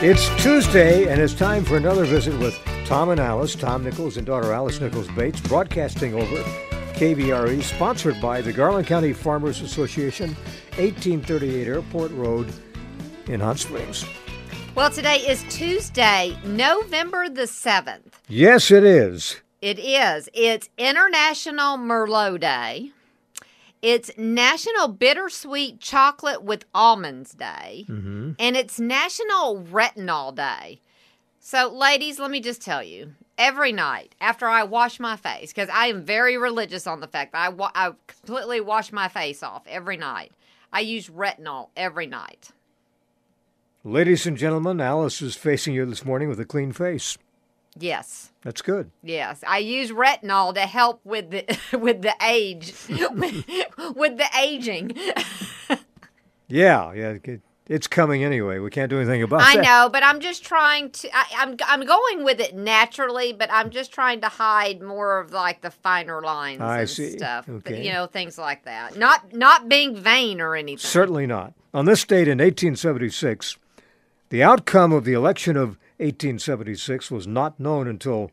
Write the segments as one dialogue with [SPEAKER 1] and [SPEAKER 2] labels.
[SPEAKER 1] It's Tuesday, and it's time for another visit with Tom and Alice, Tom Nichols and daughter Alice Nichols Bates, broadcasting over KBRE, E, sponsored by the Garland County Farmers Association, 1838 Airport Road in Hot Springs.
[SPEAKER 2] Well, today is Tuesday, November the 7th.
[SPEAKER 1] Yes, it is.
[SPEAKER 2] It is. It's International Merlot Day. It's National Bittersweet Chocolate with Almonds Day.
[SPEAKER 1] Mm-hmm.
[SPEAKER 2] And it's National Retinol Day. So, ladies, let me just tell you every night after I wash my face, because I am very religious on the fact that I, wa- I completely wash my face off every night, I use retinol every night.
[SPEAKER 1] Ladies and gentlemen, Alice is facing you this morning with a clean face.
[SPEAKER 2] Yes.
[SPEAKER 1] That's good.
[SPEAKER 2] Yes, I use retinol to help with the with the age with, with the aging.
[SPEAKER 1] Yeah, yeah, it- it's coming anyway. We can't do anything about
[SPEAKER 2] I
[SPEAKER 1] that.
[SPEAKER 2] know, but I'm just trying to. I, I'm I'm going with it naturally, but I'm just trying to hide more of like the finer lines
[SPEAKER 1] I
[SPEAKER 2] and
[SPEAKER 1] see.
[SPEAKER 2] stuff.
[SPEAKER 1] Okay.
[SPEAKER 2] You know, things like that. Not not being vain or anything.
[SPEAKER 1] Certainly not. On this date in 1876, the outcome of the election of 1876 was not known until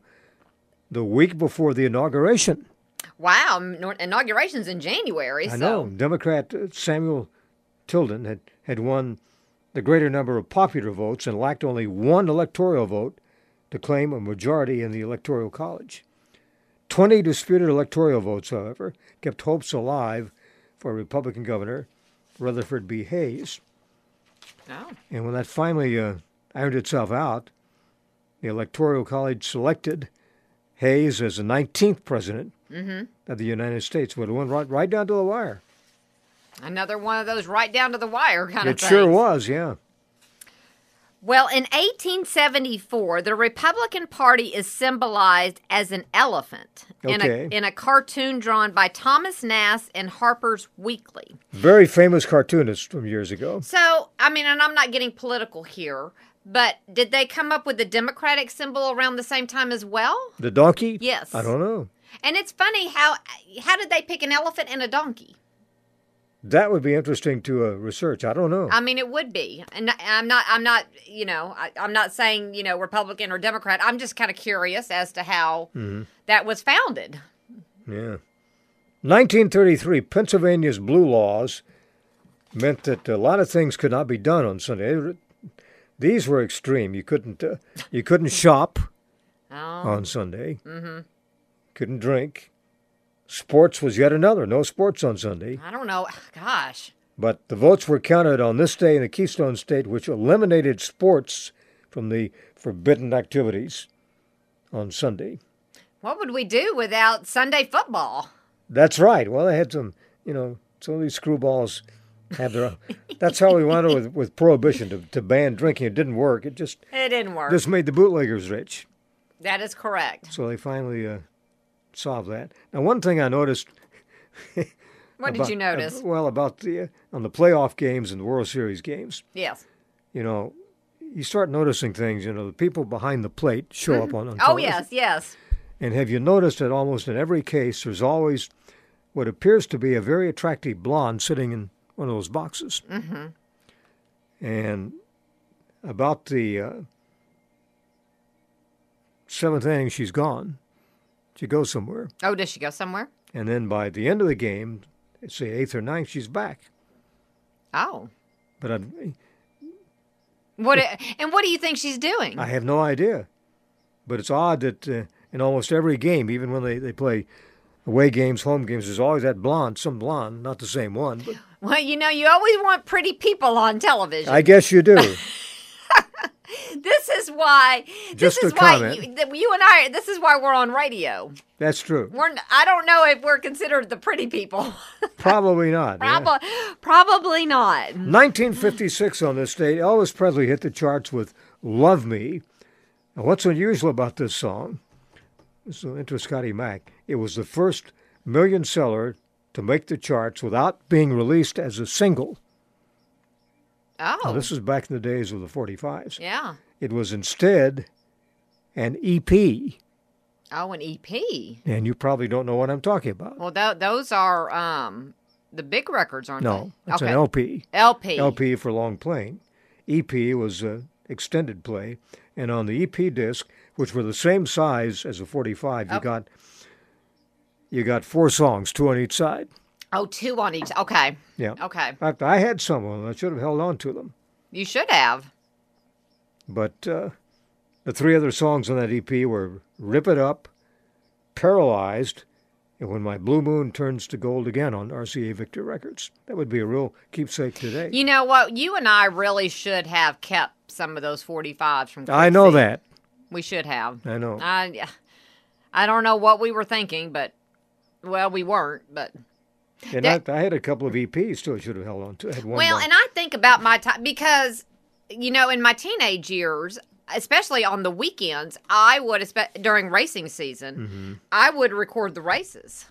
[SPEAKER 1] the week before the inauguration.
[SPEAKER 2] Wow, inor- inauguration's in January.
[SPEAKER 1] I
[SPEAKER 2] so.
[SPEAKER 1] know Democrat uh, Samuel Tilden had, had won the greater number of popular votes and lacked only one electoral vote to claim a majority in the Electoral College. Twenty disputed electoral votes, however, kept hopes alive for Republican Governor Rutherford B. Hayes.
[SPEAKER 2] Oh.
[SPEAKER 1] And when that finally uh, ironed itself out, the Electoral College selected Hayes as the 19th president
[SPEAKER 2] Mm-hmm.
[SPEAKER 1] of the United States. Would went right, right down to the wire.
[SPEAKER 2] Another one of those right down to the wire kind of
[SPEAKER 1] It
[SPEAKER 2] things.
[SPEAKER 1] sure was, yeah.
[SPEAKER 2] Well, in 1874, the Republican Party is symbolized as an elephant in,
[SPEAKER 1] Okay.
[SPEAKER 2] a, in a cartoon drawn by Thomas Nass in Harper's Weekly.
[SPEAKER 1] Very famous cartoonist from years ago.
[SPEAKER 2] So, I mean, and I'm not getting political here, but did they come up with the Democratic symbol around the same time as well?
[SPEAKER 1] The donkey?
[SPEAKER 2] Yes.
[SPEAKER 1] I don't know.
[SPEAKER 2] And it's funny how how did they pick an elephant and a donkey?
[SPEAKER 1] That would be interesting to uh, research. I don't know.
[SPEAKER 2] I mean, it would be, and I- I'm not, I'm not, you know, I, I'm not saying you know Republican or Democrat. I'm just kind of curious as to how that was founded.
[SPEAKER 1] yeah. 1933, Pennsylvania's blue laws meant that a lot of things could not be done on Sunday. They were- These were extreme. You couldn't uh, you couldn't shop
[SPEAKER 2] Oh,
[SPEAKER 1] on Sunday. Mm-hmm. Couldn't drink. Sports was yet another. No sports on Sunday.
[SPEAKER 2] I don't know. Gosh,
[SPEAKER 1] But the votes were counted on this day in the Keystone State, which eliminated sports from the forbidden activities on Sunday.
[SPEAKER 2] what would we do without Sunday football?
[SPEAKER 1] That's right. Well, they had some, you know, some of these screwballs have their own. That's how we wound up with, with prohibition to, to ban drinking. It didn't work. It just
[SPEAKER 2] It didn't work.
[SPEAKER 1] just made the bootleggers rich.
[SPEAKER 2] that is correct.
[SPEAKER 1] So they finally uh, solved that. Now, one thing I noticed
[SPEAKER 2] What
[SPEAKER 1] about- uh,
[SPEAKER 2] did you notice?
[SPEAKER 1] well, about the uh, on the playoff games and the World Series games.
[SPEAKER 2] yes.
[SPEAKER 1] you know, you start noticing things. You know, the people behind the plate show up on. on
[SPEAKER 2] Oh
[SPEAKER 1] television.
[SPEAKER 2] yes, yes.
[SPEAKER 1] And have you noticed that almost in every case, there's always what appears to be a very attractive blonde sitting in one of those boxes. Mm-hmm. And about the uh, seventh inning, she's gone. She goes somewhere,
[SPEAKER 2] Oh, does she go somewhere?
[SPEAKER 1] and then by the end of the game, say eighth or ninth, she's back.
[SPEAKER 2] Oh,
[SPEAKER 1] But I,
[SPEAKER 2] what? and what do you think she's doing?
[SPEAKER 1] I have no idea. But it's odd that uh, in almost every game, even when they, they play away games, home games, there's always that blonde, some blonde, not the same one. But
[SPEAKER 2] well, you know, you always want pretty people on television.
[SPEAKER 1] I guess you do.
[SPEAKER 2] this is why.
[SPEAKER 1] Just a
[SPEAKER 2] this is why
[SPEAKER 1] comment.
[SPEAKER 2] you, that you and I. This is why we're on radio.
[SPEAKER 1] That's true.
[SPEAKER 2] We're. n- I don't know if we're considered the pretty people.
[SPEAKER 1] Probably not. yeah.
[SPEAKER 2] Prob- Probably not.
[SPEAKER 1] 1956 on this date, Elvis Presley hit the charts with Love Me. Now, what's unusual about this song, this will interest Scotty Mack, it was the first million seller to make the charts without being released as a single.
[SPEAKER 2] Oh,
[SPEAKER 1] Now, this is back in the days of the 45s.
[SPEAKER 2] yeah.
[SPEAKER 1] It was instead an E EP,
[SPEAKER 2] Oh, an EP.
[SPEAKER 1] and you probably don't know what I'm talking about.
[SPEAKER 2] Well, tho- those are um, the big records, aren't
[SPEAKER 1] No,
[SPEAKER 2] they?
[SPEAKER 1] it's an LP.
[SPEAKER 2] LP.
[SPEAKER 1] LP for long playing. EP was uh, extended play, and on the EP disc, which were the same size as a 45, you
[SPEAKER 2] Oh.
[SPEAKER 1] got you got four songs, two on each side.
[SPEAKER 2] Oh, two on each. Okay.
[SPEAKER 1] Yeah.
[SPEAKER 2] Okay.
[SPEAKER 1] In fact, I had some of them. I should have held on to them.
[SPEAKER 2] You should have.
[SPEAKER 1] But uh, the three other songs on that EP were "Rip It Up," "Paralyzed," and "When My Blue Moon Turns to Gold Again" on RCA Victor Records. That would be a real keepsake today.
[SPEAKER 2] You know what? You and I really should have kept some of those 45s from
[SPEAKER 1] I know
[SPEAKER 2] Quincy.
[SPEAKER 1] that.
[SPEAKER 2] We should have.
[SPEAKER 1] I know.
[SPEAKER 2] I, I don't know what we were thinking, but, well, we weren't, but.
[SPEAKER 1] And
[SPEAKER 2] That-
[SPEAKER 1] I, I had a couple of EPs too. I should have held on to. I had one.
[SPEAKER 2] Well,
[SPEAKER 1] more.
[SPEAKER 2] and I think about my time because, you know, in my teenage years, especially on the weekends, I would, espe- during racing season, I would record the races.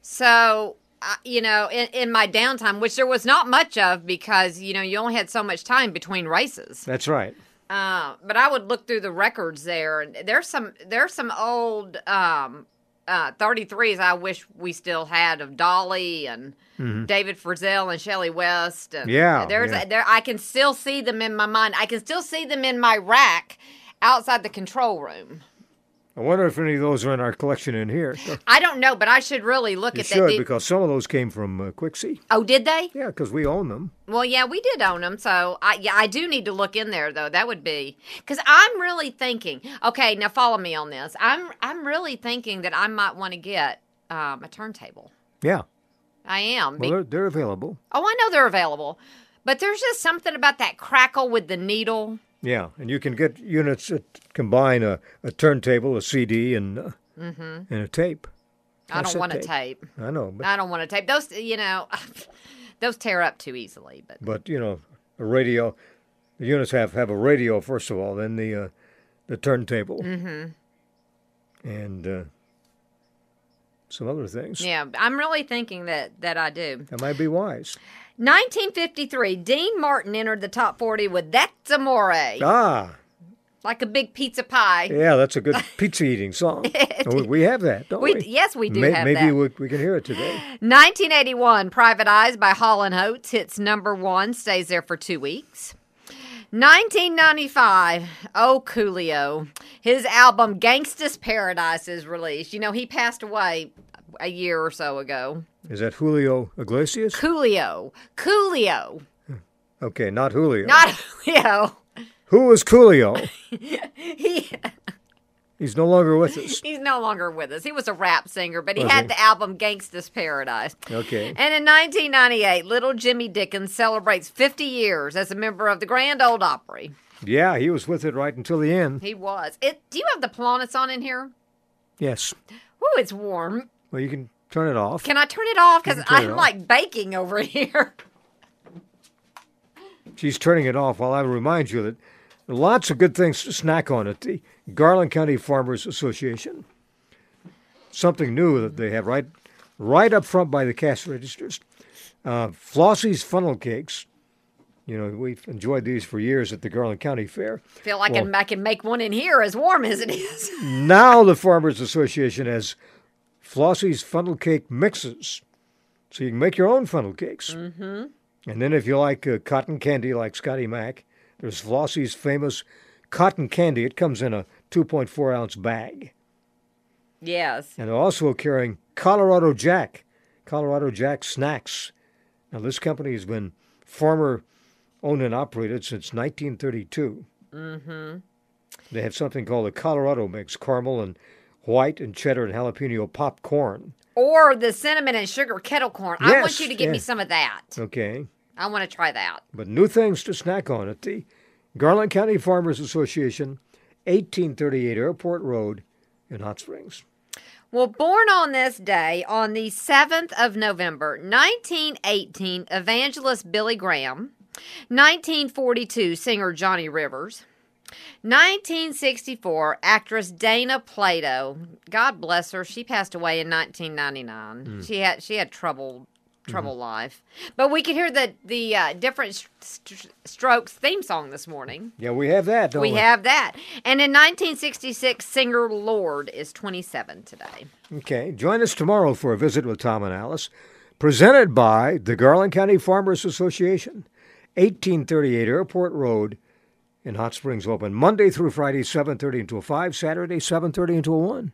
[SPEAKER 2] So, I, you know, in, in my downtime, which there was not much of because, you know, you only had so much time between races.
[SPEAKER 1] that's right.
[SPEAKER 2] Uh, but I would look through the records there, and there's some there's some old um, uh, 33s I wish we still had of Dolly and David Frizzell and Shelley West. And
[SPEAKER 1] Mm-hmm. Yeah,
[SPEAKER 2] there's
[SPEAKER 1] yeah.
[SPEAKER 2] there I can still see them in my mind. I can still see them in my rack outside the control room.
[SPEAKER 1] I wonder if any of those are in our collection in here.
[SPEAKER 2] I don't know, but I should really look
[SPEAKER 1] You
[SPEAKER 2] at that.
[SPEAKER 1] should
[SPEAKER 2] Did-
[SPEAKER 1] because some of those came from uh, Quixie.
[SPEAKER 2] oh, did they?
[SPEAKER 1] Yeah, because we own them.
[SPEAKER 2] Well, yeah, we did own them, so I yeah, I do need to look in there though. That would be because I'm really thinking. Okay, now follow me on this. I'm I'm really thinking that I might want to get um, a turntable.
[SPEAKER 1] Yeah.
[SPEAKER 2] I am.
[SPEAKER 1] Well,
[SPEAKER 2] Be-
[SPEAKER 1] they're, they're available.
[SPEAKER 2] oh, I know they're available, but there's just something about that crackle with the needle.
[SPEAKER 1] Yeah, and you can get units that combine a, a turntable, a CD, and uh, and a tape.
[SPEAKER 2] Mm-hmm. I don't
[SPEAKER 1] Cassette
[SPEAKER 2] want to tape.
[SPEAKER 1] I know, but
[SPEAKER 2] I don't want to tape those. You know, those tear up too easily. But
[SPEAKER 1] but you know, a radio. The units have have a radio first of all, then the uh, the turntable, mm-hmm. and uh, some other things.
[SPEAKER 2] Mm-hmm. yeah, I'm really thinking that that I do.
[SPEAKER 1] That might be wise.
[SPEAKER 2] 1953, Dean Martin entered the top 40 with That's Amore.
[SPEAKER 1] Ah,
[SPEAKER 2] like a big pizza pie.
[SPEAKER 1] yeah, that's a good pizza eating song. And we, we have that, don't we?
[SPEAKER 2] We, yes, we do
[SPEAKER 1] May-
[SPEAKER 2] have
[SPEAKER 1] maybe
[SPEAKER 2] that.
[SPEAKER 1] We, we can hear it today.
[SPEAKER 2] 1981, Private Eyes by Hall and Oates hits number one, stays there for two weeks. 1995, oh Coolio, his album Gangsta's Paradise is released. You know, he passed away a year or so ago.
[SPEAKER 1] Is that Julio Iglesias?
[SPEAKER 2] Coolio, Coolio,
[SPEAKER 1] Okay, not Julio.
[SPEAKER 2] not Julio.
[SPEAKER 1] Who is Coolio?
[SPEAKER 2] He,
[SPEAKER 1] He's no longer with us.
[SPEAKER 2] he's no longer with us. He was a rap singer, but he
[SPEAKER 1] Was
[SPEAKER 2] had
[SPEAKER 1] Oh, he?
[SPEAKER 2] the album Gangsta's Paradise.
[SPEAKER 1] Okay.
[SPEAKER 2] And in 1998, little Jimmy Dickens celebrates 50 years as a member of the Grand Old Opry.
[SPEAKER 1] Yeah, he was with it right until the end.
[SPEAKER 2] He was. It. Do you have the Polonus on in here?
[SPEAKER 1] Yes.
[SPEAKER 2] Oh, it's warm.
[SPEAKER 1] Well, you can turn it off.
[SPEAKER 2] Can I turn it off? Because
[SPEAKER 1] You can turn it
[SPEAKER 2] I'm
[SPEAKER 1] off.
[SPEAKER 2] like baking over here.
[SPEAKER 1] She's turning it off while I remind you that lots of good things to snack on at the Garland County Farmers Association. Something new that they have right, right up front by the cash registers. Uh, Flossie's funnel cakes. You know, we've enjoyed these for years at the Garland County Fair.
[SPEAKER 2] Feel like I, can,
[SPEAKER 1] Well-
[SPEAKER 2] I can make one in here as warm as it is.
[SPEAKER 1] Now the Farmers Association has Flossie's funnel cake mixes. So you can make your own funnel cakes. Mm-hmm. And then if you like uh, cotton candy like Scotty Mac, there's Flossie's famous cotton candy. It comes in a 2.4 ounce bag.
[SPEAKER 2] yes.
[SPEAKER 1] And they're also carrying Colorado Jack, Colorado Jack snacks. Now this company has been farmer owned and operated since 1932. Mm-hmm. They have something called a Colorado mix, caramel and white and cheddar and jalapeno popcorn.
[SPEAKER 2] Or the cinnamon and sugar kettle corn. I want
[SPEAKER 1] Yes,
[SPEAKER 2] you to give me
[SPEAKER 1] yeah.
[SPEAKER 2] some of that.
[SPEAKER 1] Okay,
[SPEAKER 2] I want to try that.
[SPEAKER 1] but new things to snack on at the Garland County Farmers Association, 1838 Airport Road in Hot Springs.
[SPEAKER 2] Well, born on this day, on the 7th of November, 1918, evangelist Billy Graham, 1942, singer Johnny Rivers, 1964, actress Dana Plato. God bless her. She passed away in 1999. She had she had trouble trouble life. But we could hear the the uh, different St- St- strokes theme song this morning.
[SPEAKER 1] Yeah, we have that, don't we?
[SPEAKER 2] We have that. And in 1966, singer Lord is 27 today.
[SPEAKER 1] Okay. Join us tomorrow for a visit with Tom and Alice. presented by the Garland County Farmers Association, 1838 Airport Road in Hot Springs, open Monday through Friday, 7:30 until 5, Saturday 7:30 until 1.